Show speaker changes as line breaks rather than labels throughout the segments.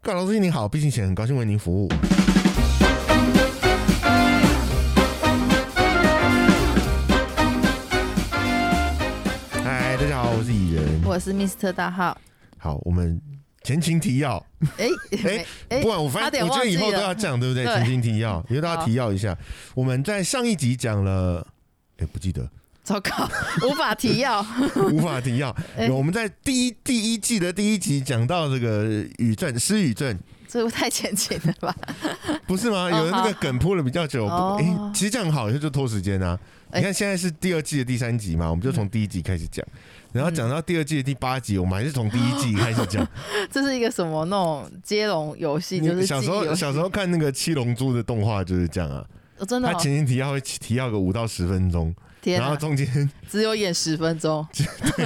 各位老师您好，毕敬贤很高兴为您服务。嗨，大家好，我是蚁人。
我是 Mr 大号，
好，我们前情提要，
哎
哎
哎
不然我发
差
现
点
我觉得以后
忘记
都
了
要讲，对不对？
对
前情提要，以后都要
好
提要一下。我们在上一集讲了，哎，不记 得，
糟糕，无法提要。
无法提要。
哎
我们在第一第一季的第一集讲到这个语症失语症，
这太前情了吧？
不是吗？
哦
有的那个梗铺了比较久，不
哦
哎、其实这样好，就拖时间啊。
哎嗯
你看现在是第二季的第三集嘛，我们就从第一集开始讲，然后讲到第二季的第八集，我们还是从第一季开始 讲。
这是一个什么那种接龙游戏？就是
你小时
记忆
候
游戏
小时候看那个《七龙珠》的动画就是这样啊，
哦真的
它
哦
前情提要会提要个五到十分钟，
天
然后
啊，
中间
只有演十分 钟，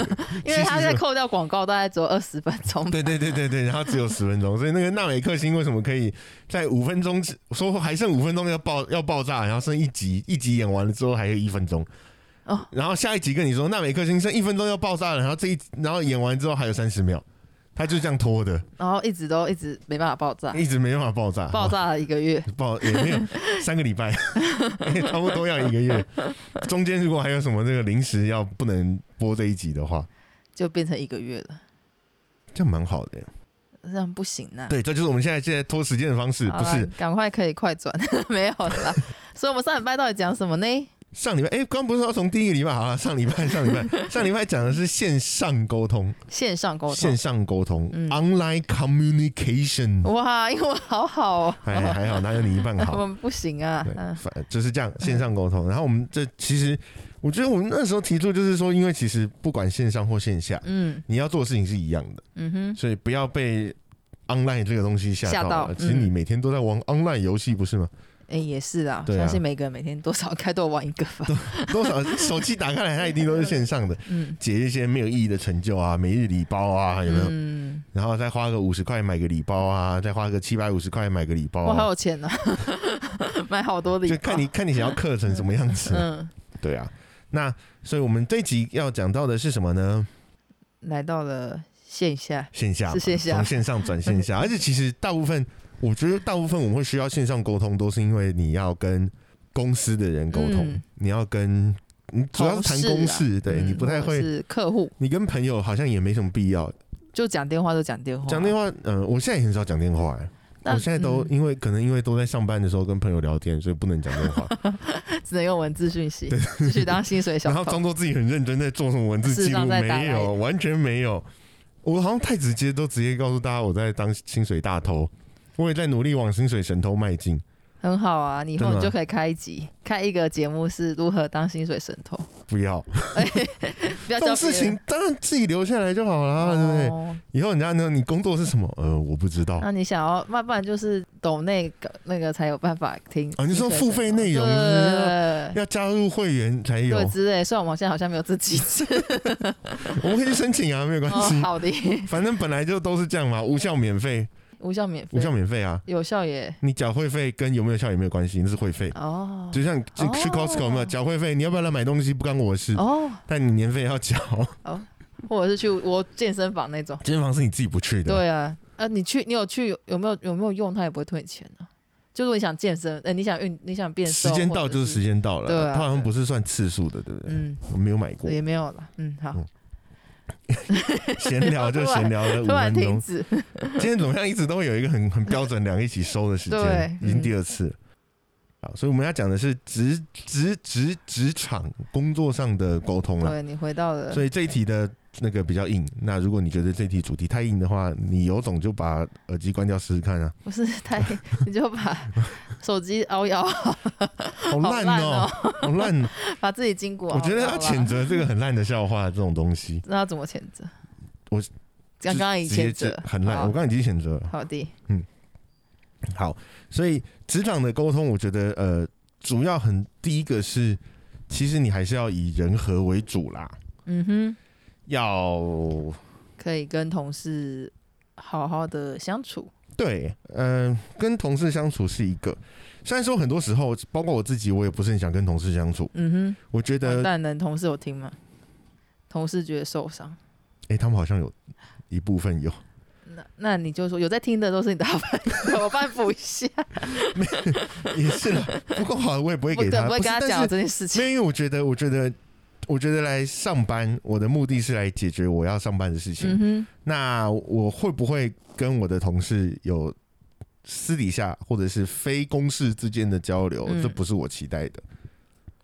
因为他
其实
在扣掉广告，大概只有二十分钟。
对对对对对，然后只有十分钟，所以那个纳美克星为什么可以在五分钟之说还剩五分钟要爆要爆炸，然后剩一集，一集演完了之后还有一分钟。
哦，
然后下一集跟你说纳美克星剩一分钟要爆炸了，然后这一然后演完之后还有三十秒，他就这样拖的，
然后一直都一直没办法爆炸，
一直没办法爆炸，
哦爆炸了一个月。
爆也 没有三个礼拜， 差不多要一个月。中间如果还有什么这个临时要不能播这一集的话，
就变成一个月了，
这样蛮好的。
这样不行呐、啊。
对，这就是我们现在现在拖时间的方式，不是？
赶快可以快转， 没有啦。所以我们上礼拜到底讲什么呢？
上礼拜，哎、刚不是说从第一个礼拜好了，上礼拜，上礼拜，上礼拜讲的是线上沟通，
线上 沟
线
通。
上沟通、
嗯哦
o n l i n e communication。
哇，英文好好哦。
还还好，哪有你一半
我
好？
们不行啊
对。
嗯，
反就是这样，线上沟通。然后我们这其实，我觉得我们那时候提出就是说，因为其实不管线上或线下，
嗯
你要做的事情是一样的，
嗯哼，
所以不要被 online 这个东西吓
吓
到了。
到
其实你每天都在玩 online 游戏，不是吗？
哎、也是啦，
对啊
相信每个人每天多少应该都有玩一个吧。
多少手机打开来，它一定都是线上的，
嗯，
解一些没有意义的成就啊，每日礼包啊，有没有？
嗯，
然后再花个五十块买个礼包啊，再花个七百五十块买个礼包
我好
啊，
有钱呢、 买好多礼包。
就看你看你想要刻成什么样子啊、
嗯，
对啊，那所以我们这一集要讲到的是什么呢？
来到了线下，
线下嘛
是线下
从线上转线 下，而且其实大部分，我觉得大部分我们会需要线上沟通，都是因为你要跟公司的人沟通，
嗯
你要跟你主要是谈公
同事啊
事，对、
嗯
你不太
或者
会，
是客户，
你跟朋友好像也没什么必要
就讲电话就讲电话，啊
讲电话。嗯、我现在也很少讲电话、欸
但
我现在都
哦嗯
因为、可能因为都在上班的时候跟朋友聊天，所以不能讲电话，
只能用文字讯息，继续当薪水 小
然后
偷。
装作自己很认真在做什么文字
事实
记录，
上在打
没有，完全没有。我好像太直接，都直接告诉大家我在当薪水大头，我也在努力往薪水神偷迈进。
很好啊，你以
真的
后
吗
你就可以开一集，开一个节目是如何当薪水神偷，
不要
不
这
要教
种事情，当然自己留下来就好
别
啦，
人
对不对？
哦
以后人家呢，你工作是什么？呃，我不知道。
那你想要，要不然就是抖那个那个才有办法听
哦你说付费内容
对
是不是要加入会员才有
对，之类。 虽然我们现在好像没有这机制，
我们可以去申请啊，没有关
哦
系，。
好的，
反正本来就都是这样嘛，无效免费，
无效免
无
费，
效免费啊。
有效也
你缴会费跟有没有效也没有关系，那是会费。
哦
就像去去
哦
Costco 有没有缴会费，你要不要来买东西不干我的事，
哦，
但你年费要缴。
或者是去我健身房那种。
健身房是你自己不去的，
对啊，啊，你去你有去有没有有没有用，他也不会退你钱啊。就如果你想健身，呃，你想运你想变瘦，
时间到就是时
间，
间到了。
对啊
它好像不是算次数的，对不对？
嗯，
我没有买过，
也没有了，嗯，好，
闲聊就闲聊了五
突然
分钟。
停止，
今天怎么样，一直都会有一个很很标准两个一起收的时间，
对
已经第二次了。好，所以我们要讲的是职职职职场工作上的沟通了。
对你回到了
所以这一题的那个比较硬。那如果你觉得这题主题太硬的话，你有种就把耳机关掉试试看 啊！
不是太，你就把手机凹一凹，
好烂
烂
哦、好烂、哦！
把自己筋骨
我
凹一凹啦。
觉得要谴责这个很烂的笑话这种东西，
那要怎么谴责？
我
刚刚已
直接
谴
这
责，
很烂。
好
我刚刚已经谴责了。
好的，
好，所以职场的沟通，我觉得呃，主要很第一个是，其实你还是要以人和为主啦，
嗯哼，
要
可以跟同事好好的相处，
对，嗯、跟同事相处是一个。虽然说很多时候，包括我自己，我也不是很想跟同事相处。
嗯
我觉
哼，
得，哎、
但能同事有听吗？同事觉得受伤，
他们好像有一部分有，
那那你就说有在听的都是你的好朋友，我帮你补一 下，
也是啦，不够好的我也不会
我
给
可
他，
能不会
是
跟他
但
讲
是
这件事
没
情。
有，因为我觉得，我觉得，我觉得来上班，我的目的是来解决我要上班的事情。
嗯哼，
那我会不会跟我的同事有私底下或者是非公事之间的交流？
嗯
这不是我期待的。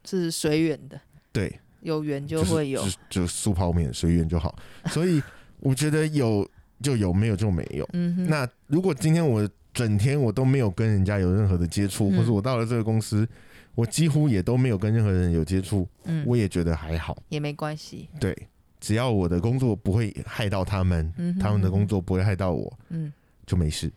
是随缘的，
对，
有缘就
就是
会有。
就就素泡面随缘就好。所以我觉得有就有，没有就没有。
嗯哼，
那如果今天我整天我都没有跟人家有任何的接触，
嗯
或者我到了这个公司，我几乎也都没有跟任何人有接触，
嗯
我也觉得还好。
也没关系。
对，只要我的工作不会害到他们，
嗯哼，
他们的工作不会害到我，
嗯
就没事。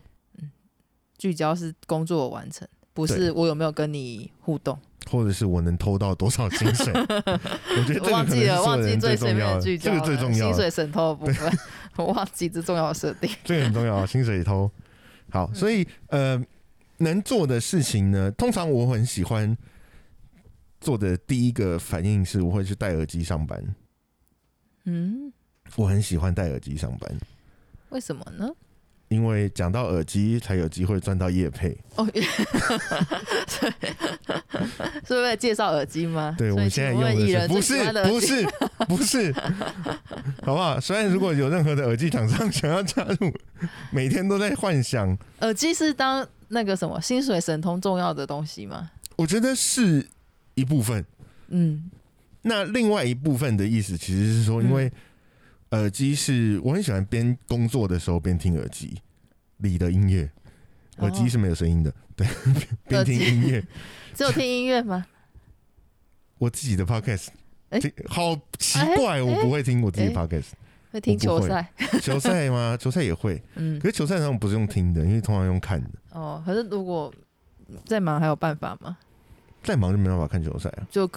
聚焦是工作完成，不
对
是我有没有跟你互 动。
或者是我能偷到多少薪 水？我觉得这个
忘
可能
记
是所
了，
有
忘记
人
最
最
前
重
面
要
的
的，
聚
这
焦
个
了，
最重要
薪
的，
水审偷的部 分，我忘记这重要的设定。
这个很重要，薪水 偷。好，所以
嗯
呃，能做的事情呢，通常我很喜欢做的第一个反应是，我会去戴耳机上班。
嗯，
我很喜欢戴耳机上班，
为什么呢？
因为讲到耳机才有机会赚到业配。
哦， 原 是为了介绍耳机吗？
对，我
所以
们现在
请
用
问艺
的是
人
不
最喜
是
欢的耳
不
机
是不是， 好不好？虽然如果有任何的耳机厂商想要加入，每天都在幻想，
耳机是当那个什么薪水神通重要的东西吗？
我觉得是一部分。
嗯
那另外一部分的意思其实是说，
嗯
因为耳机是我很喜欢边工作的时候边听耳机里的音乐，
哦
耳机是没有声音的， 对，边
耳
听
机
音乐，
只有听音乐吗？
我自己的 podcast。
哎
听好奇怪，我不会听我自己的 podcast。
会听球赛？
球赛吗？球赛也会，
嗯
可，是球赛他们不是用听的，因为通常用看的。
哦，可是如果再忙还有办法吗？
再忙就没办法看球赛啊，
就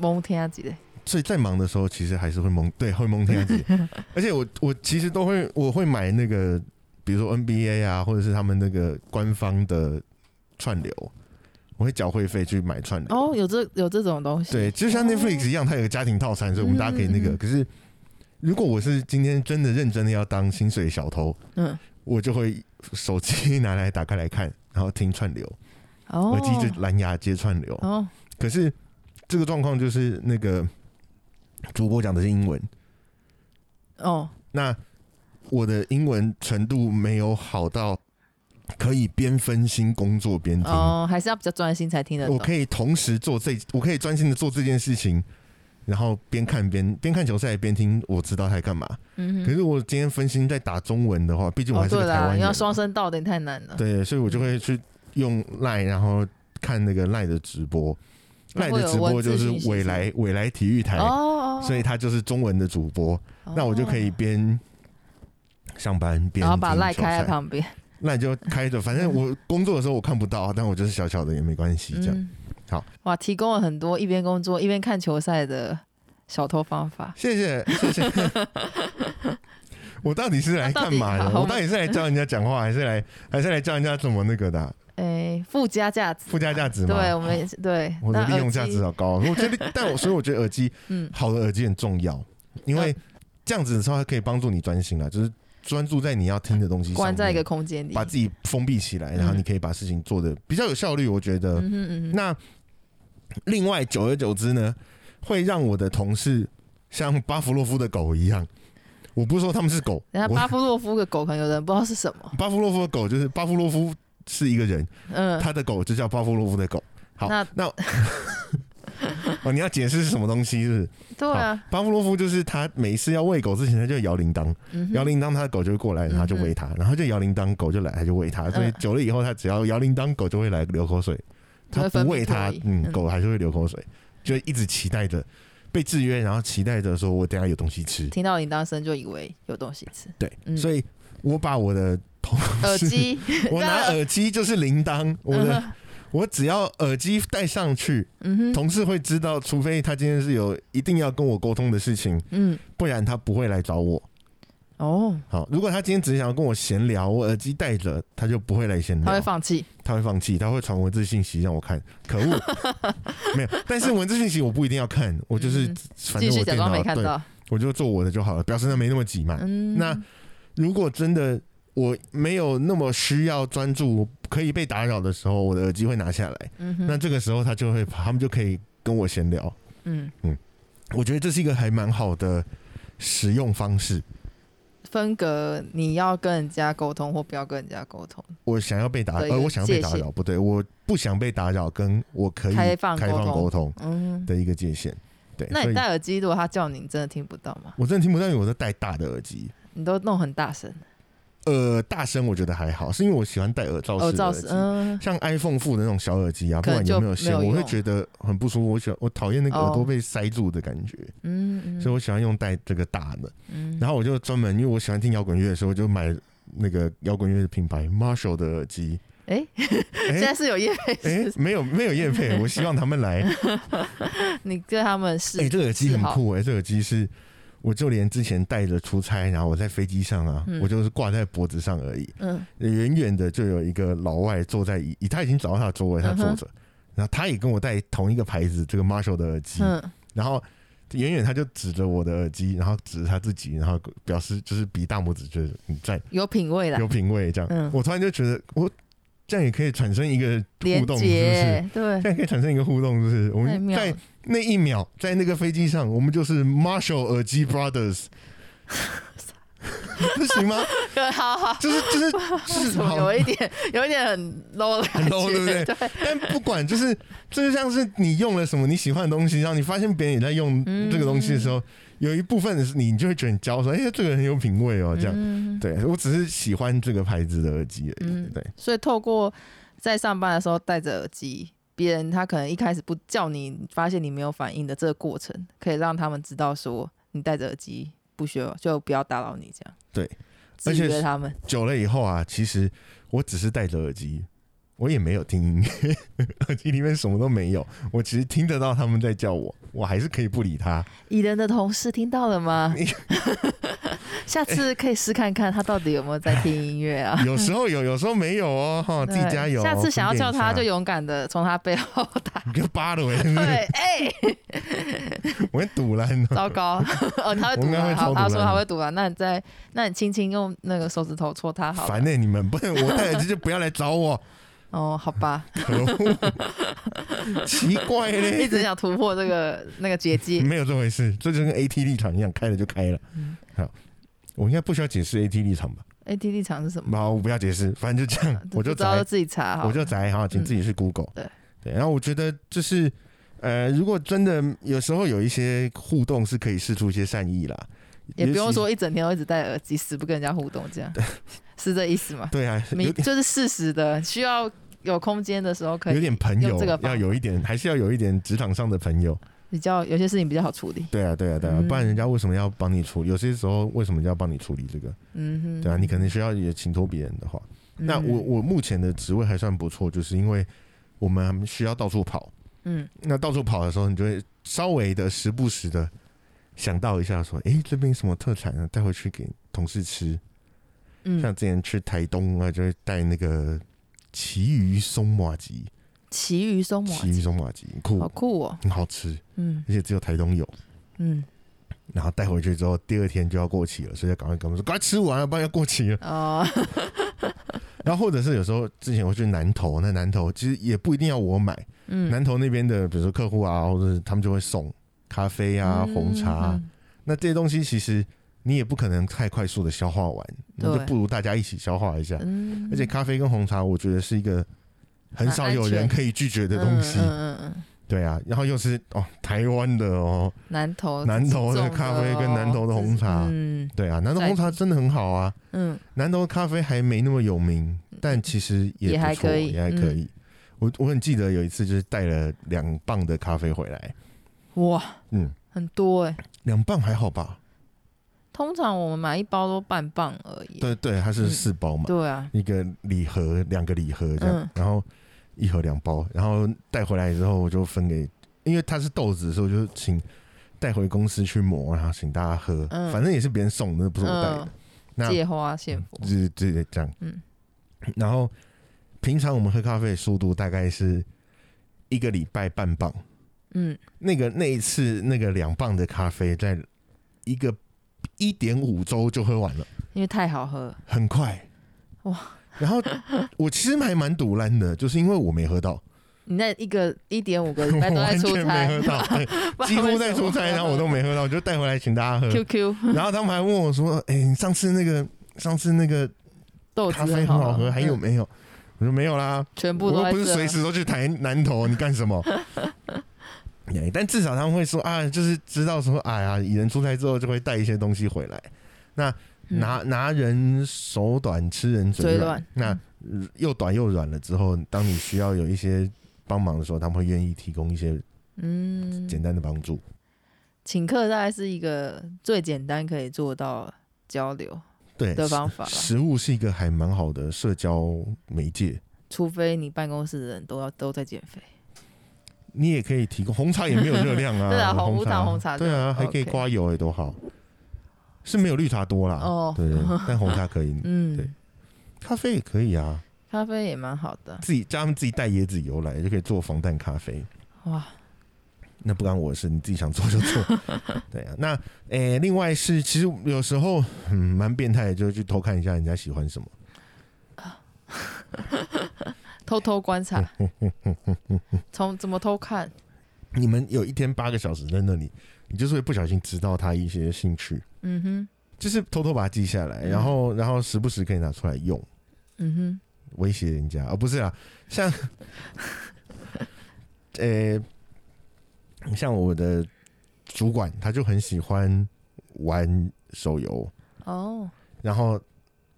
蒙天啊之类。
所以再忙的时候其实还是会蒙， 对，会蒙天气。 而且我我其实都会，我会买那个，比如说 NBA 啊，或者是他们那个官方的串流，我会缴会费去买串流。
哦，有这有这种东西。
对，就像 Netflix 一样，它有个家庭套餐，所以我们大家可以那个。
嗯嗯嗯
可是如果我是今天真的认真的要当薪水小偷，
嗯，
我就会手机拿来打开来看，然后听串流，
哦，
耳机就蓝牙接串流。
哦，
可是这个状况就是那个主播讲的是英文，
哦，
那我的英文程度没有好到可以边分心工作边听，
哦，还是要比较专心才听得
我
懂。
可以同时做这，我可以专心的做这件事情。然后边看边边看球赛边听，我知道他在干嘛。
嗯
可
哼，
是我今天分心在打中文的话，毕竟我还
哦，
是
对
个台
啦，
湾
你
人，
要双声道有点太难了。
对，所以我就会去用 Line，然后看那个 Line 的直播。Line
然后
的
有
直播
文字
就
讯息
是未来未来体育台
哦，哦，哦
所以他就是中文的主播，那我就可以
哦
边上班边
然后把赖
听球
开在
赛，
旁边，
那就开着，反正我工作的时候我看不到，但我就是小小的也没关系，这样。
嗯，
好，
哇，提供了很多一边工作一边看球赛的小偷方法。
谢谢谢 谢。我到底是来干嘛的？
那到底好
我到底是来教人家讲话，还是来还是来教人家怎么那个的啊、
诶，附加价值，
附加价值吗？
对我们对，
我的
那
利用
耳
价
机
值，好高啊。我觉得，但我所以我觉得耳机
嗯，
好的耳机很重要，因为这样子的时候它可以帮助你专心啊，就是专注在你要听的东西上面。
关在一个空间里，
把自己封闭起来，然后你可以把事情做的比较有效率，我觉得。
嗯哼嗯哼，
那另外，久而久之呢，会让我的同事像巴甫洛夫的狗一样。我不是说他们是狗，
人家
我
巴夫洛夫的狗可能有人不知道是什么，
巴甫洛夫的狗就是巴甫洛夫是一个人，
嗯，
他的狗就叫巴甫洛夫的狗。好
那，
那哦，你要解释是什么东西是不是？
对啊，
巴甫洛夫就是他每次要喂狗之前，他就摇铃铛。
嗯
摇
哼，
铃铛，他的狗就会过来，然后就喂它，然后就摇铃铛，狗就来，它就喂它。所以
嗯
久了以后，它只要摇铃铛，狗就会来流口水。
就
它
会
不
分
喂
泌
它
唾液，
嗯，
嗯
狗还是会流口水，就一直期待着被制约，然后期待着说我等一下有东西吃。
听到铃铛声就以为有东西 吃，
对，
嗯
所以我把我 的同
耳
事，
机，
我拿耳机就是铃铛，我的。我只要耳机戴上去，
嗯哼，
同事会知道，除非他今天是有一定要跟我沟通的事情，
嗯，
不然他不会来找我。
哦，
好，如果他今天只是想要跟我闲聊，我耳机戴着，他就不会来闲聊，
他会放弃，
他会放弃，他会传文字信息让我看，可 恶，没有，但是文字信息我不一定要看，我就是、
嗯
反
继
正
续
我
假
电
装
脑
没看
对，
到，
我就做我的就好了，表示那没那么急嘛。
嗯，
那如果真的我没有那么需要专注，可以被打扰的时候，我的耳机会拿下来。
嗯哼，
那这个时候他就会，他们就可以跟我闲聊。
嗯，
我觉得这是一个还蛮好的使用方式。
分隔你要跟人家沟通或不要跟人家沟通，
我想要被打，
的一个
呃，我想要被
界
打
限
扰，不对，我不想被打扰，跟我可以
开
开
放沟
放
通
沟通
嗯，
的一个界限。对，
那
所
你
以
戴耳机，如果他叫你，你真的听不到吗？
我真的听不到，因为我在戴大的耳机。
你都弄很大声，
呃，大声我觉得还好，是因为我喜欢戴耳罩
耳
式的
罩
耳
是
机。
嗯，
像 iPhone 附的那种小耳机啊，不
可能
管有没有
就
线，
没有
我会
用
觉得很不舒服。我喜欢，我讨厌那个
哦
耳朵被塞住的感觉，
嗯
所以
嗯
我喜欢用戴这个大的。
嗯，
然后我就专门，因为我喜欢听摇滚乐的时候，我就买那个摇滚乐的品牌 Marshall 的耳 机。
哎
哎
现在是有业配
哎、
是不是，
没有没有叶 配，我希望他们来。
你对他们是
哎、这个耳机
是
很
好
酷哎、这个耳机是，我就连之前带着出差，然后我在飞机上啊，
嗯
我就是挂在脖子上而已。
嗯
远远的就有一个老外坐在椅，他已经找到他的座位，他
嗯哼
坐着，然后他也跟我戴同一个牌子这个 Marshall 的耳机，
嗯
然后远远他就指着我的耳机，然后指着他自己，然后表示就是比大拇指，就是你在
有品味啦
有，品味这样。
嗯
我突然就觉得，我这样也可以产生一个互
连
动，是不是？
接对
这，样可以产生一个互动，是不是？我
太
们
妙
在
了，
那一秒，在那个飞机上，我们就是 Marshall 耳机 Brothers，这行吗？
对， 好好。
就是 就是是
怎 么
好
有一点，有一点很 low 的感
很 low，对
觉，
不但不管，就是这就像是你用了什么你喜欢的东西，然后你发现别人也在用
嗯
这个东西的时候，有一部分是你就会觉得很骄傲，说：“哎、这个人很有品味哦。”这样，
嗯，
对我只是喜欢这个牌子的耳机而已。
嗯
对，
所以透过在上班的时候戴着耳机，别人他可能一开始不叫你，发现你没有反应的这个过程，可以让他们知道说你戴着耳机不需要，就不要打扰你这样。
对，
制
而且
约
是
他们。
久了以后啊，其实我只是戴着耳机。我也没有听音乐， 耳机里面什么都没有。我其实听得到他们在叫我，我还是可以不理他。
蚁人的同事听到了 吗
你？
下次可以试看看他到底有没有在听音乐啊。
有时候有，有时候没有 哦。哈，自己
对
加油哦。
下次想要
分辨
叫
一
他，
下
就勇敢的从他背后打。
你就扒了我，
对，哎、
我会堵了。你知道吗
糟糕，哦，他会
我
读
应该会
完，
超
好，
堵
他说
烂
他
的
会读完，那你再，那你轻轻用那个手指头戳他好了
烦。呢、你们不能我戴耳机就不要来找我，
哦，好吧，
可恶，奇怪
一
嘞，
直想突破这个 那个结界。
没有这回事，这就跟 AT 立场一样，开了就开了。
嗯
好，我应该不需要解释 AT 立场吧？
A T D 场是什么？
好，我不要解释，反正就这样，我就
不知道
宅
就，自己查好
我
了。嗯
就宅哈，请自己去 Google、
对
对，然后我觉得就是。呃，如果真的有时候有一些互动是可以试出一些善意啦，
也不用
尤其
说一整天都一直戴耳机，死不跟人家互动， 这样是这意思吗？
对啊， 有
明就是事实的，需要有空间的时候可
有
以
点朋友
用这个，方
要有一点，还是要有一点职场上的朋友。
比较有些事情比较好处理。
对啊，对啊，对啊，
嗯
不然人家为什么要帮你处理？有些时候为什么要帮你处理这个？
嗯哼，
对啊，你可能需要也请托别人的话。
嗯
那我我目前的职位还算不错，就是因为我们需要到处跑。
嗯
那到处跑的时候，你就会稍微的时不时的想到一下，说：“诶，这边有什么特产啊呢？带回去给同事吃。”
嗯，
像之前去台东啊，就会带那个旗鱼松麻鸡，
其余松麻
旗鱼松麻鸡很酷
好，酷哦，
很好吃，
嗯
而且只有台东有。
嗯
然后带回去之后，第二天就要过期了，所以就赶快跟我们说，赶快吃完了，不然要过 期了。
哦，
然后或者是有时候之前我去南投，那南投其实也不一定要我买，
嗯，
南投那边的比如说客户啊，或者是他们就会送咖啡啊、
嗯
红茶啊、
嗯
那这些东西其实你也不可能太快速的消化完，那就
对
不如大家一起消化一下。
嗯
而且咖啡跟红茶，我觉得是一个很少有
蛮安
人
全
可以拒绝的东西，
嗯嗯嗯嗯，
对啊。然后又是哦，台湾的哦，
南投
南投
自己
的
种的
咖啡跟
哦
南投的红茶
嗯
对啊，南投
在
红茶真的很好啊。
嗯
南投咖啡还没那么有名，但其实也
也
不
还
错
可以嗯
也还可以。我我很记得有一次就是带了两磅的咖啡回来，
哇，
嗯，
很多哎、
两磅还好吧？
通常我们买一包都半磅而已。
对对，它是
嗯
四包嘛，
对啊，
一个礼盒，两个礼盒这样，
嗯
然后一盒两包，然后带回来之后我就分给，因为它是豆子，所以我就请带回公司去磨，然后请大家喝，
嗯
反正也是别人送的，不是我带的。
嗯，
那
借花献佛。
对对对，这样。
嗯
然后平常我们喝咖啡的速度大概是一个礼拜半磅，
嗯，
那个那一次那个两磅的咖啡，在一个一点五周就喝完了，
因为太好喝了，
很快。
哇！
然后我其实还蛮堵烂的，就是因为我没喝到，
你那一个一点五个礼
我
拜都在
完
出
全没，
差
喝到， 对几乎在出差，然后我都没喝到，我就带回来请大家喝。
QQ
然后他们还问我说：“哎、你上次那个上次那个
豆子
咖啡很好喝，
嗯
还有没有？”我说：“没有啦，
全部
我
都
又
在
不是
这
随时都去台南头，你干什 么？”哎但至少他们会说啊，就是知道说，哎呀，蚁人出差之后就会带一些东西回来。
嗯
拿拿人手短，吃人嘴
嘴
软
软。嗯
那呃又短又软了之后，当你需要有一些帮忙的时候，他们会愿意提供一些
嗯，
简单的帮助。
请客大概是一个最简单可以做到交流
对，
的方法吧，
食物是一个还蛮好的社交媒介，
除非你办公室的人都要都在减肥。
你也可以提供红茶，也没有热量啊。
对啊红
红
无糖红茶
对啊，
这样
还可以
OK
刮油也多好。是没有绿茶多啦，
哦
啊对对，对但红茶可以，对
嗯，
咖啡也可以啊，
咖啡也蛮好的。
自己叫他们自己带椰子油来就可以做防弹咖啡。
哇，
那不干我的事，你自己想做就做。对啊，那诶、另外是其实有时候嗯蛮变态的，就是去偷看一下人家喜欢什么。
偷偷观察， 从怎么偷看？
你们有一天八个小时在那里，你就是会不小心知道他一些兴趣，
嗯哼，
就是偷偷把它记下来，
嗯
然后然后时不时可以拿出来用，
嗯哼，
威胁人家。啊，不是啊，像 诶、像我的主管他就很喜欢玩手游，
哦，
然后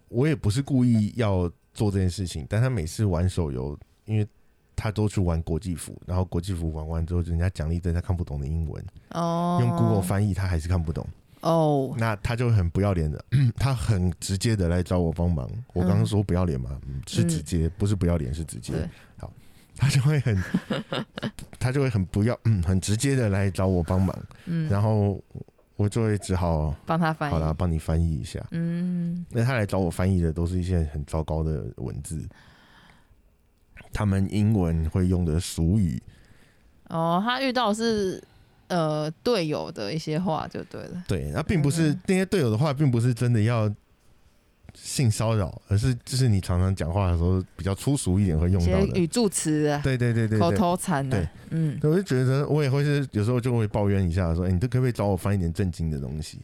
我也不是故意要做这件事情，但他每次玩手游，因为他都去玩国际服，然后国际服玩完之后，人家奖励一堆他看不懂的英文，
哦，
用 Google 翻译他还是看不懂，
哦，
那他就很不要脸的， 他很直接的来找我帮忙。我刚刚说不要脸嘛，嗯是直接，不是不要脸，是直接
对。
好，他就会很， 他就会很不要，嗯，很直接的来找我帮忙，
嗯，
然后我就会只好
帮他翻译，
好啦，帮你翻译一下。
嗯，
那他来找我翻译的都是一些很糟糕的文字，他们英文会用的俗语，
哦，他遇到的是呃队友的一些话就对了，
对，那并不是、
嗯
那些队友的话，并不是真的要性骚扰，而是就是你常常讲话的时候比较粗俗一点会
一
用到
些
的，
语助词啊，
对对对对
口
对。
头禅
对
啊，嗯，
对我就觉得，我也会是有时候就会抱怨一下，说：“哎、你都可不可以找我翻一点正经的东 西？”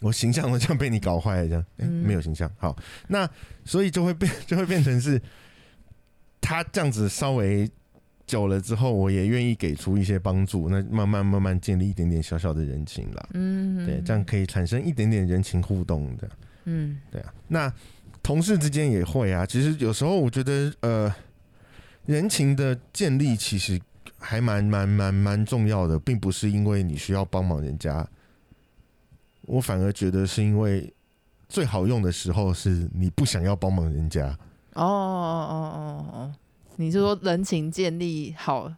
我形象都这样被你搞坏了，这样、哎，
嗯
没有形象。好，那所以就会变， 就会变成是，他这样子稍微久了之后，我也愿意给出一些帮助，那慢慢慢慢建立一点点小小的人情啦。
嗯，
对，这样，可以产生一点点人情互动的。
嗯，
对啊，那同事之间也会啊。其实有时候我觉得，呃，人情的建立其实还蛮蛮蛮蛮重要的，并不是因为你需要帮忙人家，我反而觉得是因为最好用的时候是你不想要帮忙人家。
哦哦哦哦哦，你是说人情建立好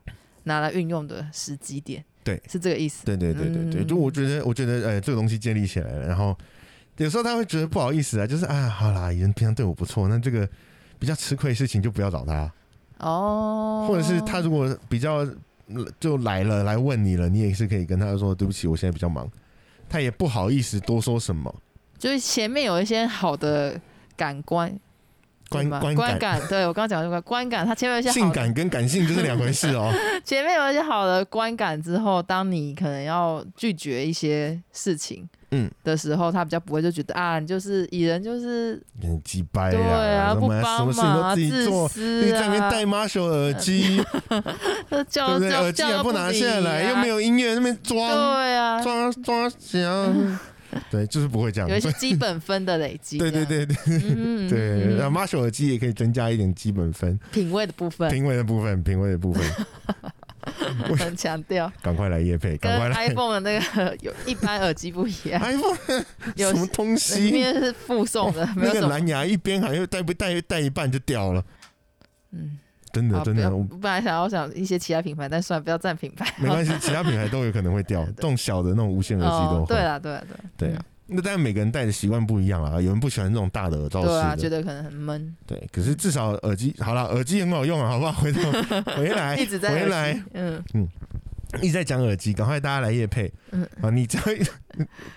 拿来运用的时机点，
对
是这个意思，
对对对对对，就我觉得，我觉得，呃，这个东西建立起来了，然后有时候他会觉得不好意思啊，就是啊，好啦，人平常对我不错，那这个比较吃亏的事情就不要找他。
哦，
或者是他如果比较嗯就来了来问你了，你也是可以跟他说对不起，我现在比较忙，他也不好意思多说什么。
就是前面有一些好的感官。
观
对吗
观
观
感、
感，对我刚刚讲的观观感，它前面有一些好
性
的
感跟感性就是两回事哦。
前面有一些好的观感之后，当你可能要拒绝一些事情，
嗯
的时候，他比较不会就觉得啊，你就是蚁人就是
很鸡掰
对
哎呀，
啊，
什
不
么呀什
帮
么事情
忙
都
啊，
自己做
自。
自己
私
在那边
啊，
戴 Marshall 耳机，
这
对
叫
不对？
叫
耳机还
叫啊
不拿下来，又没
有
有音乐，那边装
对啊，
装装响，对，就是不会这样
有。一些基本分的累积，
对对对对
这样，嗯，
对，
嗯
然后 Marshall 耳机也可以增加一点基本分，
品味的部分
评委的部分，评委的部分，
很强调，
赶快来夜配，
跟
赶快 来
iPhone 的那个有一般耳机不一 样，
iPhone
有
什么东
里
西？
面是附送的，没
那
有什
个
么，
蓝牙一边好像带不带带一半就掉了，
嗯。
真的
好
真
不要
的，我
我本来想要想一些其他品牌，但算了，不要占品牌。
没关系，其他品牌都有可能会 掉，这种小的那种无线耳机都
哦， 对
会。
啦，对啦，对啦，
对啊，那当然每个人戴的习惯不一样啦，有人不喜欢这种大的耳罩
嗯，对啊，
式
觉
的，
得可能很闷，
对。可是至少耳机好了，耳机很好用啊，好不好？回头 回来，
一直在
回来
耳机， 嗯，
一直在讲耳机，赶快大家来夜配
嗯
啊！你这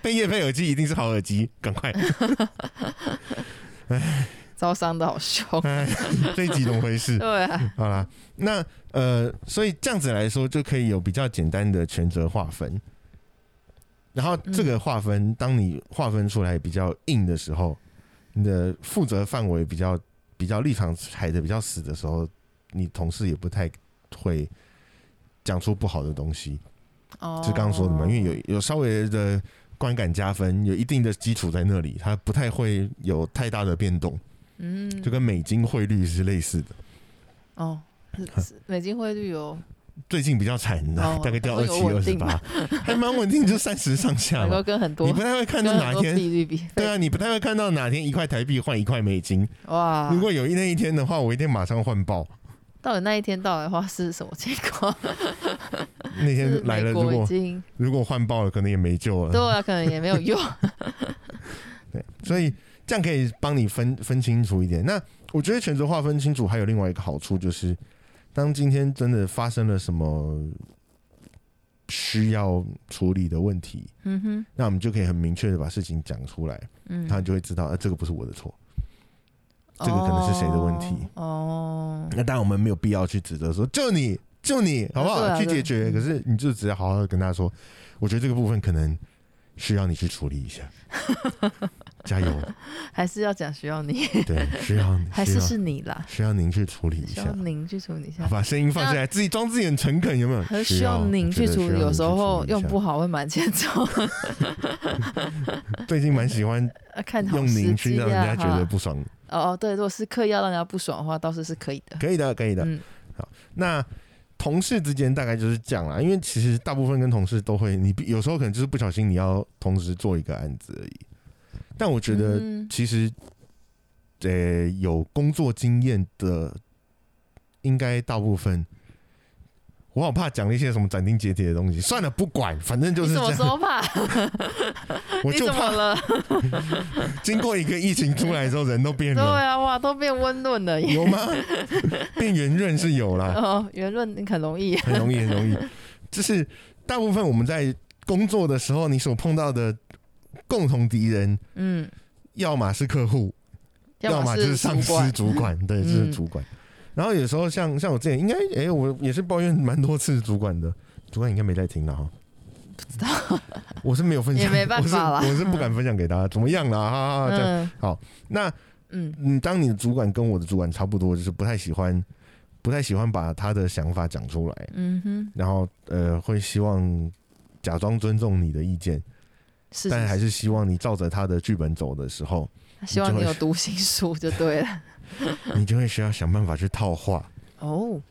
被夜配耳机一定是好耳机，赶快。
招商的好凶。
这一集怎么回事？
对啊，
好啦，那呃，所以这样子来说，就可以有比较简单的权责划分。然后
嗯
这个划分，当你划分出来比较硬的时候，你的负责范围比较比较立场踩的比较死的时候，你同事也不太会讲出不好的东西。
哦，
就刚刚说的嘛，因为有有稍微的观感加分，有一定的基础在那里，它不太会有太大的变动，
嗯，
就跟美金汇率是类似的。
哦，是是美金汇率哦有
最近比较惨的，
哦
大概掉
会
二
有
七、二
稳
十
定
八
吗，
还蛮稳定，就三十上下
能够
嘛。
跟很多
你不太会看
跟
到哪
很多
天，
币率 比，
对啊，你不太会看到哪天一块台币换一块美金。
哇，
如果有一那一天的话，我一定马上换 爆。
到底那一天到来的话是什么情 况？
那天来了，
美
如
国已
果
经
如果换爆了，可能也没救
对
了。
啊，可能也没有用。
对，所以这样可以帮你分分清楚一点。那我觉得权责划分清楚，还有另外一个好处就是，当今天真的发生了什么需要处理的问题，
嗯哼，
那我们就可以很明确的把事情讲出来。
嗯，
他就会知道，呃，这个不是我的错。这个可能是谁的问题
哦？哦，
那当然我们没有必要去指责说就你就你好不好、
对啊
去
对
解决，可是你就只要好好的跟他说，我觉得这个部分可能需要你去处理一 下，加油，
还是要讲需 要你，
对，需要你
还
需
是
要
是你啦，
需要您去处理一
需
下
要，您去处理一
好
下。
把声音放下来，自己装自己很诚恳，有没有？
还是需要您去处理，有时候用不好会蛮欠揍，
好。最近蛮喜欢
看好
用
时
您去
机
让人
啊。
家觉得
哈
不爽，
哦哦，对，如果是刻意要让人家不爽的话，倒是是可以的。
可以的，可以的。
嗯
那同事之间大概就是这样啦，因为其实大部分跟同事都会，你有时候可能就是不小心你要同时做一个案子而已。但我觉得
嗯
其实，呃，有工作经验的，应该大部分。我好怕讲了一些什么斩钉截铁的东西，算了，不管，反正就
你
是
什
这
么时
样。
候 怕？
我
你
就
怎么
怕
了？
经过一个疫情出来之后，人都变
对
了，
啊，哇，都变温润了耶。
有吗？ 变圆润是有啦，
哦，圆润很容易。
很容易，很容易。就是大部分我们在工作的时候，你所碰到的共同敌人，
嗯，
要么是客户，要么
么
就是
主
上
管嗯
司、主管，对，就是主管。然后有时候像像我之前，应该哎、我也是抱怨蛮多次主管的，主管应该没在听了哈。不知道， 我是没有分享，
也没办法啦
我是我是不敢分享给大家，怎么样啦？哈哈，啊这样。
嗯
那
嗯
你当你的主管跟我的主管差不多，就是不太喜欢，不太喜欢把他的想法讲出来。
嗯哼，
然后呃，会希望假装尊重你的意见，
是，
但还
是
是希望你照着他的剧本走的时 候，
是希望你有读心术就 对了。
你就会需要想办法去套话。
哦，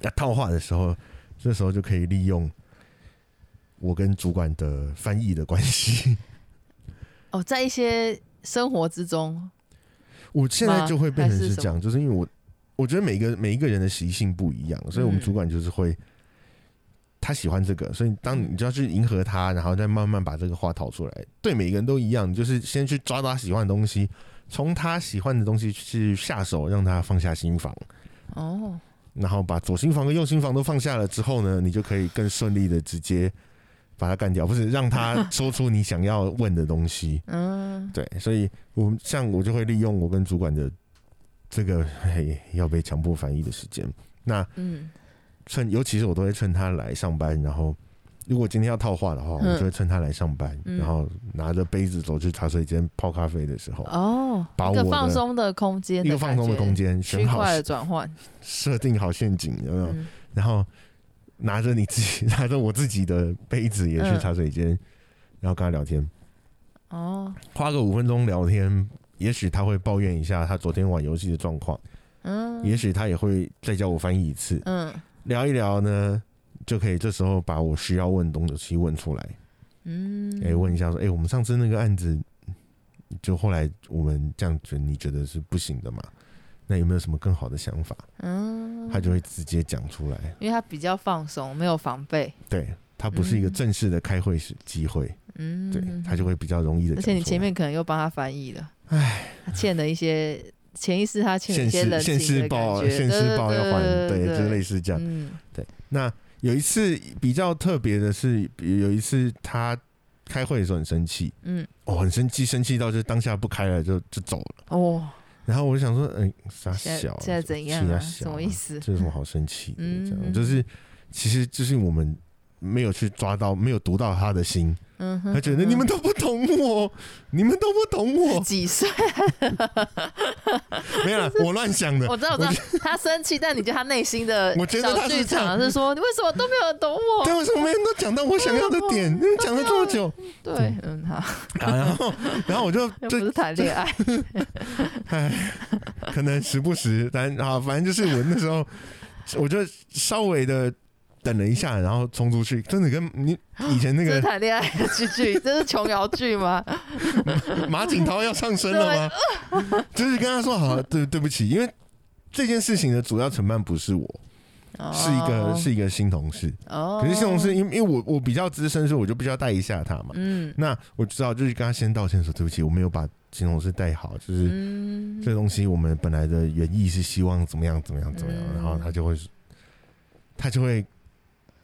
那套话的时候，这时候就可以利用我跟主管的翻译的关系。
哦，在一些生活之中，
我现在
吗
就会变成
还是
是
什
这样，就是因为我我觉得每一个每一个人的习性不一样，所以我们
嗯
主管就是会。他喜欢这个，所以当你就要去迎合他，然后再慢慢把这个话讨出来。对每个人都一样，你就是先去抓到他喜欢的东西，从他喜欢的东西去下手，让他放下心房，
哦，
然后把左心房跟右心房都放下了之后呢，你就可以更顺利的直接把他干掉，不是让他说出你想要问的东西。
嗯，
对，所以我们像我就会利用我跟主管的这个嘿要被强迫翻译的时间，那
嗯，
趁尤其是我都会趁他来上班，然后如果今天要套话的话，我
嗯
就会趁他来上班，
嗯
然后拿着杯子走去茶水间泡咖啡的时候，
哦，
把
一个
我的
放松的空间，
一个放松的空，间，
区
选好
块的转换，
设定好陷阱，有没有？
嗯
然后拿着你自己 拿着我自己的杯子也去
嗯
茶水间，然后跟他聊天，
哦，
花个五分钟聊天。也许他会抱怨一下他昨天玩游戏的状况，
嗯，
也许他也会再叫我翻译一次，
嗯
聊一聊呢，就可以这时候把我需要问的东西问出来，
嗯，
哎、问一下说，哎、我们上次那个案子，就后来我们这样觉得你觉得是不行的嘛？那有没有什么更好的想法？
嗯，
他就会直接讲出来，
因为他比较放松，没有防备，
对他不是一个正式的开会时机会，
嗯，
对他就会比较容易的。
而且你前面可能又帮他翻译了，
唉，
他欠了一些潜意识，他欠了
现
一些人
世
情
现世
的感
报
觉，
现世报要还，对，就类
似
似这样。
嗯
那有一次比较特别的是，比有一次他开会的时候很生气，
嗯，
哦，很生气，生气到就当下不开了，就就走了。
哦，
然后我就想说，哎、傻
现在
小啊，
现在怎样
气
啊？
啊
什
小
么意思？
这有什么好生气的？
嗯
这样、
嗯
就是，其实就是我们没有去抓到，没有读到他的心，
嗯哼，
他觉得你们都不懂我，你们都不懂 我，
几 岁？
没有啦，我乱想的
我。知道，我知道，他生气，但你觉得他内心的
我觉得
小
他是啊
剧
这样
场是说，你为什么都没有人懂我？
但为什么没人都讲到我想要的点？你们讲了这么久，
对，嗯，好，
啊然后然后我就
又不
就是
谈恋爱，
哎， 可能时不时，但啊，反正就是我那时候， 我就稍微的等了一下，然后冲出去，真的跟你以前那
这
个
是谈恋爱的剧 剧，这是琼瑶剧吗？
马景涛要上身了吗？ 就是跟他说好，对对不起，因为这件事情的主要承办不是我，是一个
哦，
是一个新同事。
哦，
可是新同事，因为因为我我比较资深，所以我就必须要带一下他嘛。
嗯，
那我知道，就是跟他先道歉说对不起，我没有把新同事带好，就是
嗯，
这东西我们本来的原意是希望怎么样怎么样怎么样，
嗯
然后他就会他就会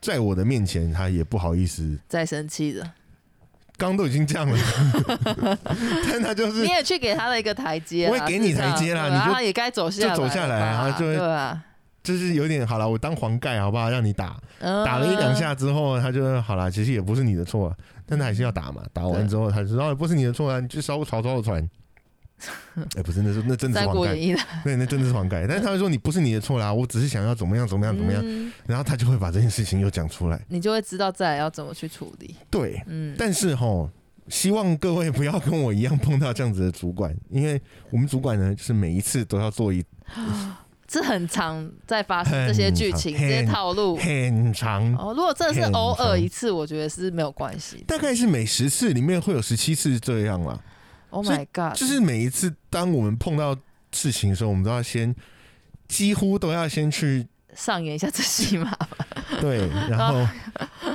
在我的面前，他也不好意思，
再生气的，
刚都已经这样了， 但他就
你
是
也去给他了一个台阶啊，
我也给你台阶啦
啦，
你就
然后也该走下
就走下来
了吧
然后就会
对啊，
就是有点好了，我当黄盖啊好不好？让你打，打
打
了一两，下之后，他就好了，其实也不是你的错啊，但他还是要打
嗯
嘛。打完之后，他就说哦不是你的错啊，你去烧曹操的 船。哎，不是，那是那真
《
的
嗯三
是黄
国演
盖，
义》的
对，那真的是黄盖。但是他会说你不是你的错啦，我只是想要怎么样怎么样怎么样，
嗯
然后他就会把这件事情又讲出来。
你就会知道再来要怎么去处理。
对，
嗯，
但是吼，希望各位不要跟我一样碰到这样子的主管，因为我们主管呢，就是每一次都要做一
这很常在发生这些剧情、
很
这
常
些套路。
很长，
哦哦，如果真的是
很常
偶尔一次，我觉得是没有关系的。
大概是每十次里面会有十七次这样啦。
Oh
所
my god！
就是每一次当我们碰到事情的时候，我们都要先。几乎都要先去
上演一下这戏嘛，
对，然后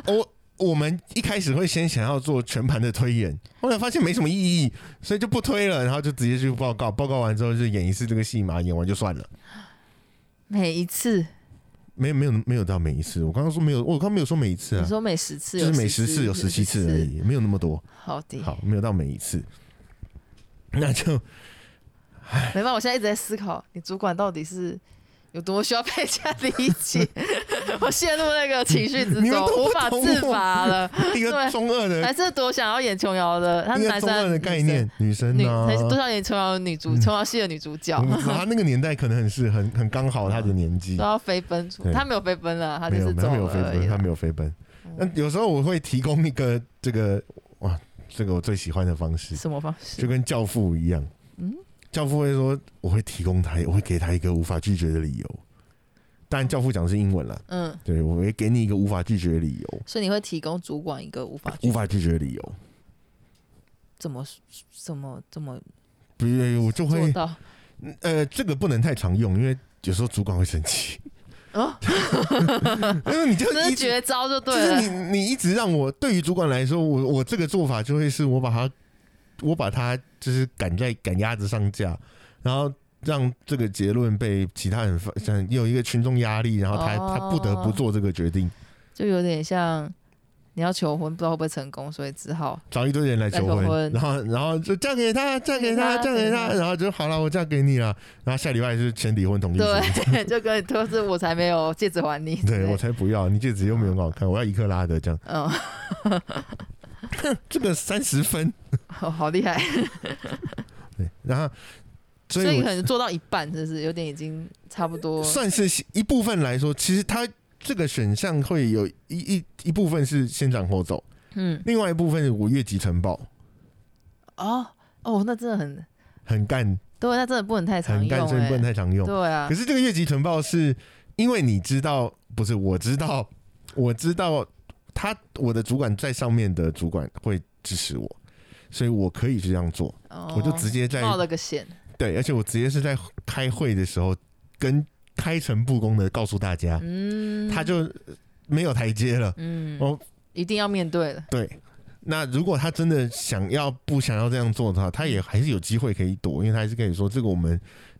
我我们一开始会先想要做全盘的推演，后来发现没什么意义，所以就不推了，然后就直接去报告，报告完之后就演一次这个戏嘛，演完就算了。
每一次
没有没有没有到每一次，我刚刚说没有，我刚刚没有说每一次
你
啊，
说每十次
就是每十次有十七次而。已，没有那么多。
好的，
好，没有到每一次，那 就
没办法，我现在一直在思考，你主管到底是有多需要被人家理 解？我陷入那个情绪之
你们
中，
都不
无法
懂
自
我
拔了。
一
对
个中二的
还是多想要演琼瑶 的，他
一
是
个
男
中
生
二
还是
的
女
概
生
念，女生啊
女
呢、
还 是多少演琼瑶的女主，
嗯
琼瑶戏的女主角
我不知道他那个年代可能很是很很刚好他的年纪
都，要飞奔出，
对
她没有飞奔了，啊她就
没有
是
没
走
有
了
没有飞
而已
奔，
啦嗯
他没有飞奔。那有时候我会提供一个这个哇，这个我最喜欢的方式，
什么方式
就？跟教父一样。
嗯
教父会说我会提供他，我会给他一个无法拒绝的理由。当然，教父讲的是英文了，
嗯，
对我会给你一个无法拒绝的理由，
所以你会提供主管一个无法
无法拒绝的理由。
怎么怎么怎么
不是，我就
做
会
到？
呃，这个不能太常用，因为有时候主管会生气。
哦，
因为你就
这
一直
是绝招就
就
对
是
了。
你你一直让我对于主管来说，我我这个做法就会是我把他我把他就是赶在赶鸭子上架，然后让这个结论被其他人发，像有一个群众压力，然后他、
哦
他不得不做这个决定，
就有点像你要求婚，不知道会不会成功，所以只好
找一堆人来求
来
婚，
求婚
然后然后就嫁给他，嫁给他，
嫁
嫁
给
给
他
他，然后就好了，我嫁给你了，然后下礼拜就是签离婚同意书。
对， 就跟你说是我才没有戒指还你。
对我，才不要，你戒指又没有很好看，我要一克拉的这样，
嗯，
这个三十分，
好好厉害，
对，然后所
所
以
以
我
可能做到一半，就是有点已经差不多。
算是一部分来说，其实它这个选项会有一一一部分是先斩后奏，
嗯，
另外一部分是我越级呈报，
哦哦，那真的很
很干
对，那真的不能太常
很干，
用
所以不能
哎。
太常用。
对啊
可，是这个越级呈报是因为你知道，不是我知道，我知道他我的主管在上面的主管会支持我，所以我可以这样做，我
我
就直接在
哦冒了个险。
对，而且我直接是在开会的时候跟开诚布公的告诉大家，
嗯，
他就没有台阶了。
嗯，
哦
一定要面对了。
对，那如果他真的想要不想要这样做的话，他也还是有机会可以躲，因为他还是可以说这个我们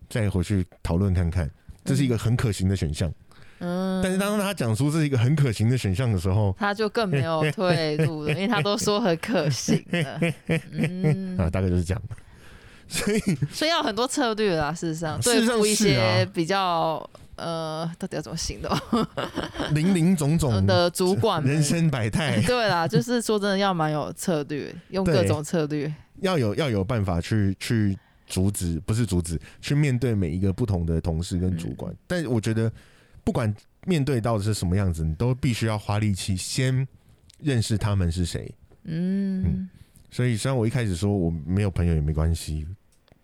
再回去讨论看看，这是一个很可行的选项。
嗯，
但是当他讲出这是一个很可行的选项的时候，
他就更没有 退路了，因为他都说很可行了。嗯
啊，，大概就是这样。所以
所以要很多策略啦。事实上，
事
对
实上
付一
是啊
些比较呃，到底要怎么形容
林林总总
呃的主管 们
人生哎百态，
对啦，就是说真的要蛮有策略，用各
对
种策略。
要有要有办法去去阻止，不是阻止，去面对每一个不同的同事跟主
嗯
管。但我觉得，不管面对到的是什么样子，你都必须要花力气先认识他们是谁。
嗯，
所以，虽然我一开始说我没有朋友也没关系，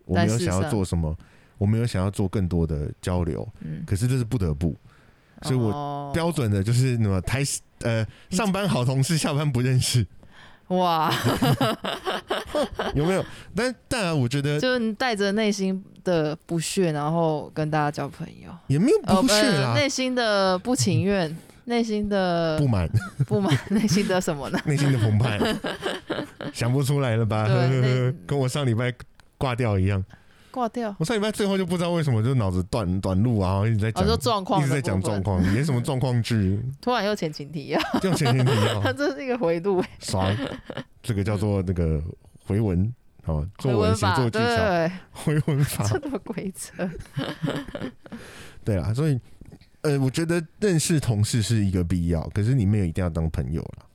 我没
但啊
有
事
想要
实上
做什么，我没有想要做更多的交流，
嗯
可是这是不得不。所以我
哦
标准的就是什么台呃上班好同事，下班不认 识，
哇，
有没有？但当然，我觉得
就是你带着内心的不屑，然后跟大家交朋友，
也没有
呃
不屑
呃
啦，
内心的不情愿，内心的
不 满。
不满，内心的什么呢？
内心的澎 湃，想不出来了吧？
对
呵 呵呵
那
跟我上礼拜挂掉一样。
挂掉。
我上礼拜最后就不知道为什么，就脑子短短路啊，然后一直在
我
讲，
哦说状况
一直在
的部分，
讲状况，演什么状况剧，
突然又前情提要，
就前天一样，
这是一个回路，
爽。这个叫做那个回文。哦，
回
作文
文
写
法，
作
对
技巧， 回文法，
这么规则，
对啦，所以，呃，我觉得认识同事是一个必要，可是你没有一定要当朋友啦。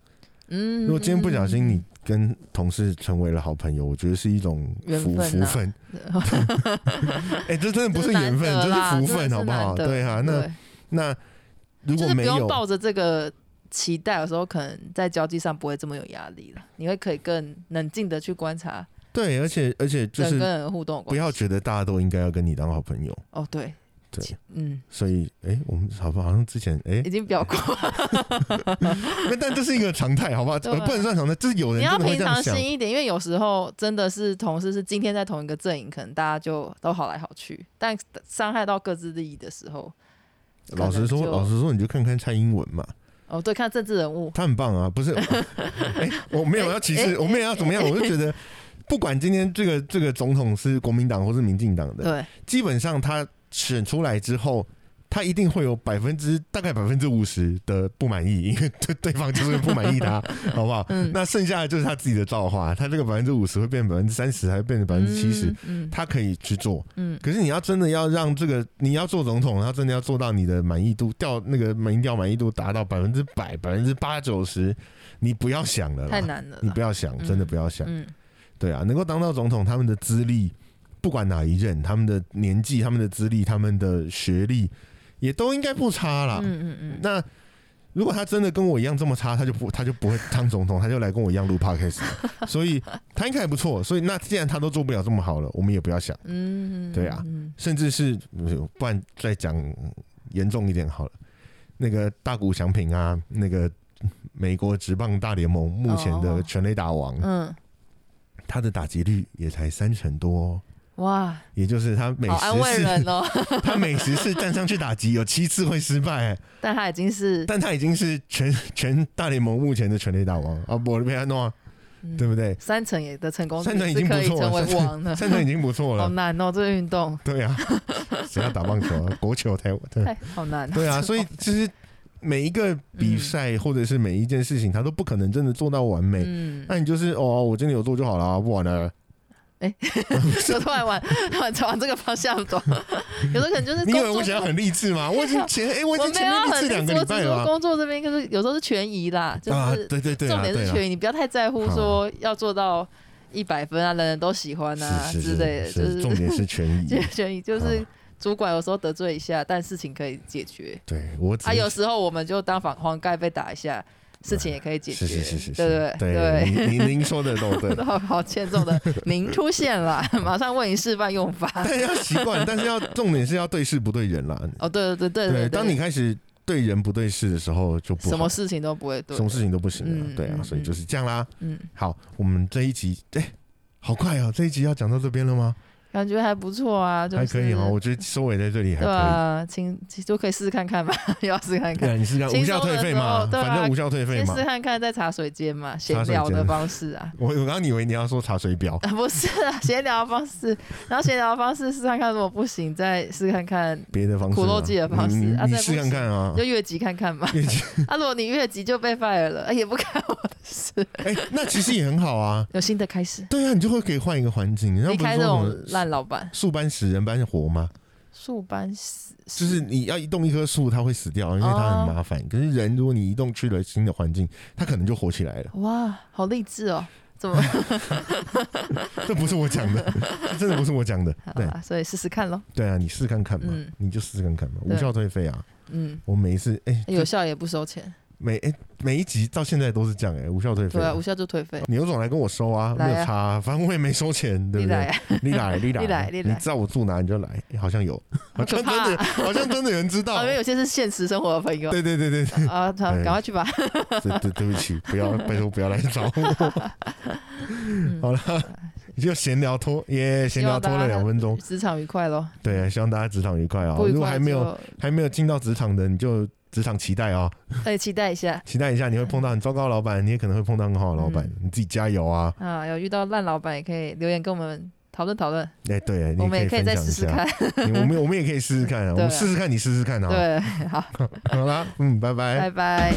嗯。
如果今天不小心你跟同事成为了好朋友，我觉得是一种
缘
福
分
福
啊
分， 哎、这真的不是缘分，
嗯
这
这是难得啦
是福
真的
分，
是
好不好？
难得
对啊，那
对
那如
就
果
是不
没
用
有，
抱着这个期待，有时候可能在交际上不会这么有压力了，你会可以更冷静的去观察
对，而且而且就是
人跟人互动的关
不
系。
要觉得大家都应该要跟你当好朋友，
哦，对，
对，
嗯，
所以哎、我们好不好像之前哎
已，经 表过，
那但这是一个常态，好不好？
对啊
呃不能算常态，就是有
你
人
要
真的会
平
这
常
样想，
心一点，因为有时候真的是同事是今天在同一个阵营，可能大家就都好来好去，但伤害到各自利益的时候，
老实说，
可能就
老实说，你就看看蔡英文嘛，
哦，对，看政治人物，
他很棒啊，不是？哎、我没有要歧
哎
视，
哎
我没有要怎么样，我就觉得。不管今天这个这个总统是国民党或是民进党的，
对，
基本上他选出来之后，他一定会有百分之大概百分之五十的不满意，因为对对方就是不满意他，好不好？
嗯
那剩下的就是他自己的造化，他这个百分之五十会变百分之三十，还会变成百分之七十，
嗯，
他可以去做。
嗯嗯，
可是你要真的要让这个，你要做总统，他真的要做到你的满意度调那个民调满意度达到百分之百、百分之八九十，你不要想了啦，
太难了啦，
你不要想，
嗯
真的不要想。
嗯，
对啊，能够当到总统，他们的资历，不管哪一任，他们的年纪、他们的资历、他们的学历，也都应该不差啦。
嗯嗯嗯，
那如果他真的跟我一样这么差，他就不他就不会当总统，他就来跟我一样录 podcast，了所以他应该还不错。所以那既然他都做不了这么好了，我们也不要想，
嗯，嗯
对啊
嗯
甚至是嗯不然再讲严重一点好了，那个大谷翔平啊，那个美国职棒大联盟目前的
哦
全垒打王，
嗯，
他的打击率也才三成多、哦。
哇，
也就是他每
好安慰
十次，
人哦，
他每十次站上去打击有七次会失败，
但他已经是
但他已经是全全大联盟目前的全垒打王啊，博被安诺啊，
嗯
对不对？
三成也的成功率
三成已
是
经
可以
不错
成
了
为王的，
三成已经不错
好
了，
难 哦，这个运动
对啊，谁要打棒球啊？国球才对
太好难哦。
对 啊，所以其实每一个比赛或者是每一件事情，他都不可能真的做到完美。
嗯，
那你就是哦，我真的有做就好了啊，不玩了。
就突然往 往往这个方向 走，有时候可能就是
你以
工
为我
作
想要很励志 吗？我已经前哎，我已经
我没
前面
有啊
励志
很
两个
理解
礼
我只
拜
是
了
说
啊
工作这边就是有时候是权宜啦，就
啊，
是
对对对
重
啊，
点
对
是
啊。
权宜，你不要太在乎
好
说要做到一百分啊，人人都喜欢啊
是是
之类的，
是
就是
重
是
点是权益。
权宜就是主管有时候得罪一下，但事情可以解决。
对我只
啊，
是
有时候我们就当防黄盖被打一下，事情也可以解决，
是是是是是，
对不对？ 对。，
对，您您您说的都对
好好欠揍的 您出现了，马上为你示范用法。
但要习惯，但是要重点是要对事不对人啦。
哦，对对对对，
当你开始对人不对事的时候，就不好
什么事情都不会对，
什么事情都不行了
嗯，
对啊，
嗯
所以就是这样啦。
嗯，
好，我们这一集，哎，好快哦，这一集要讲到这边了吗？
感觉还不错啊，就是
还可以哦，我觉得收尾在这里还
对
可以。
啊，轻就可以试试看看嘛， 又要试看
对
看，
啊，你是这样无
轻松
效退费
的时
嘛，
候对啊
反正无效退费
先
嘛
试。看看再茶水间嘛，
茶
闲
水
聊的
间
方式啊。
我我刚刚以为你要说查水表，
啊，不是啊，闲聊的方式，然后闲聊的方式试看看，如果不行再试看看，
别的方式啊，
苦肉计的方式
你你
啊
你
再不
试看
行
看啊
就。越级看看嘛。
因为
啊，如果你越级就被 fire 了，哎也不看我的是
哎、那其实也很好啊。
有新的开始，
对啊，你就会可以换一个环境。人家
离
不是
开这
说
种嗯
什么
烂老板，
树搬死人般活吗？
树搬死，
就是你要移动一棵树，它会死掉，
哦
因为它很麻烦。可是人，如果你移动去了新的环境，它可能就活起来了。
哇，好励志哦！怎么？
这不是我讲 的，这真的不是我讲的。
好
对
啦，所以试试看咯。
对啊，你试看看嘛，
嗯
你就试试看看嘛，无
对
效退费啊。
嗯，
我每一次哎、
有效也不收钱，
每哎、每一集到现在都是这样哎、无效退费。
对啊，无效就退费。
你有种来跟我收啊，
来啊
没有差、啊，反正我也没收钱，对
你
不对？
来啊，
你 来，你来，
你来你来
知道我住哪你就来，哎好像有，好
好
像真
可怕
的，
啊！
好像真的有人知道
因。为有些是现实生活的朋友
对对对 对，
啊，好赶快去吧。
对对对不起，不 要，拜托不要来找我。
嗯
好了，就闲聊拖，也闲聊拖了两分钟。
职场愉快咯，
对，希望大家职场愉快啊！
不愉
如果
快
还没有
就
还没有进到职场的，你就职场期待啊，
哎期待一下
期待一下，你会碰到很糟糕的老板，你也可能会碰到很好的老板，
嗯
你自己加油啊！
啊！有遇到烂老板也可以留言跟我们讨论讨论，
哎，对，你
我们也可以
分
再
享一
试试
下
看。。
你我们我们也可以试试 看啊，我
对啊
们试试看，你试试看啊。
对，好，
哎好啦，嗯，拜拜
拜。拜。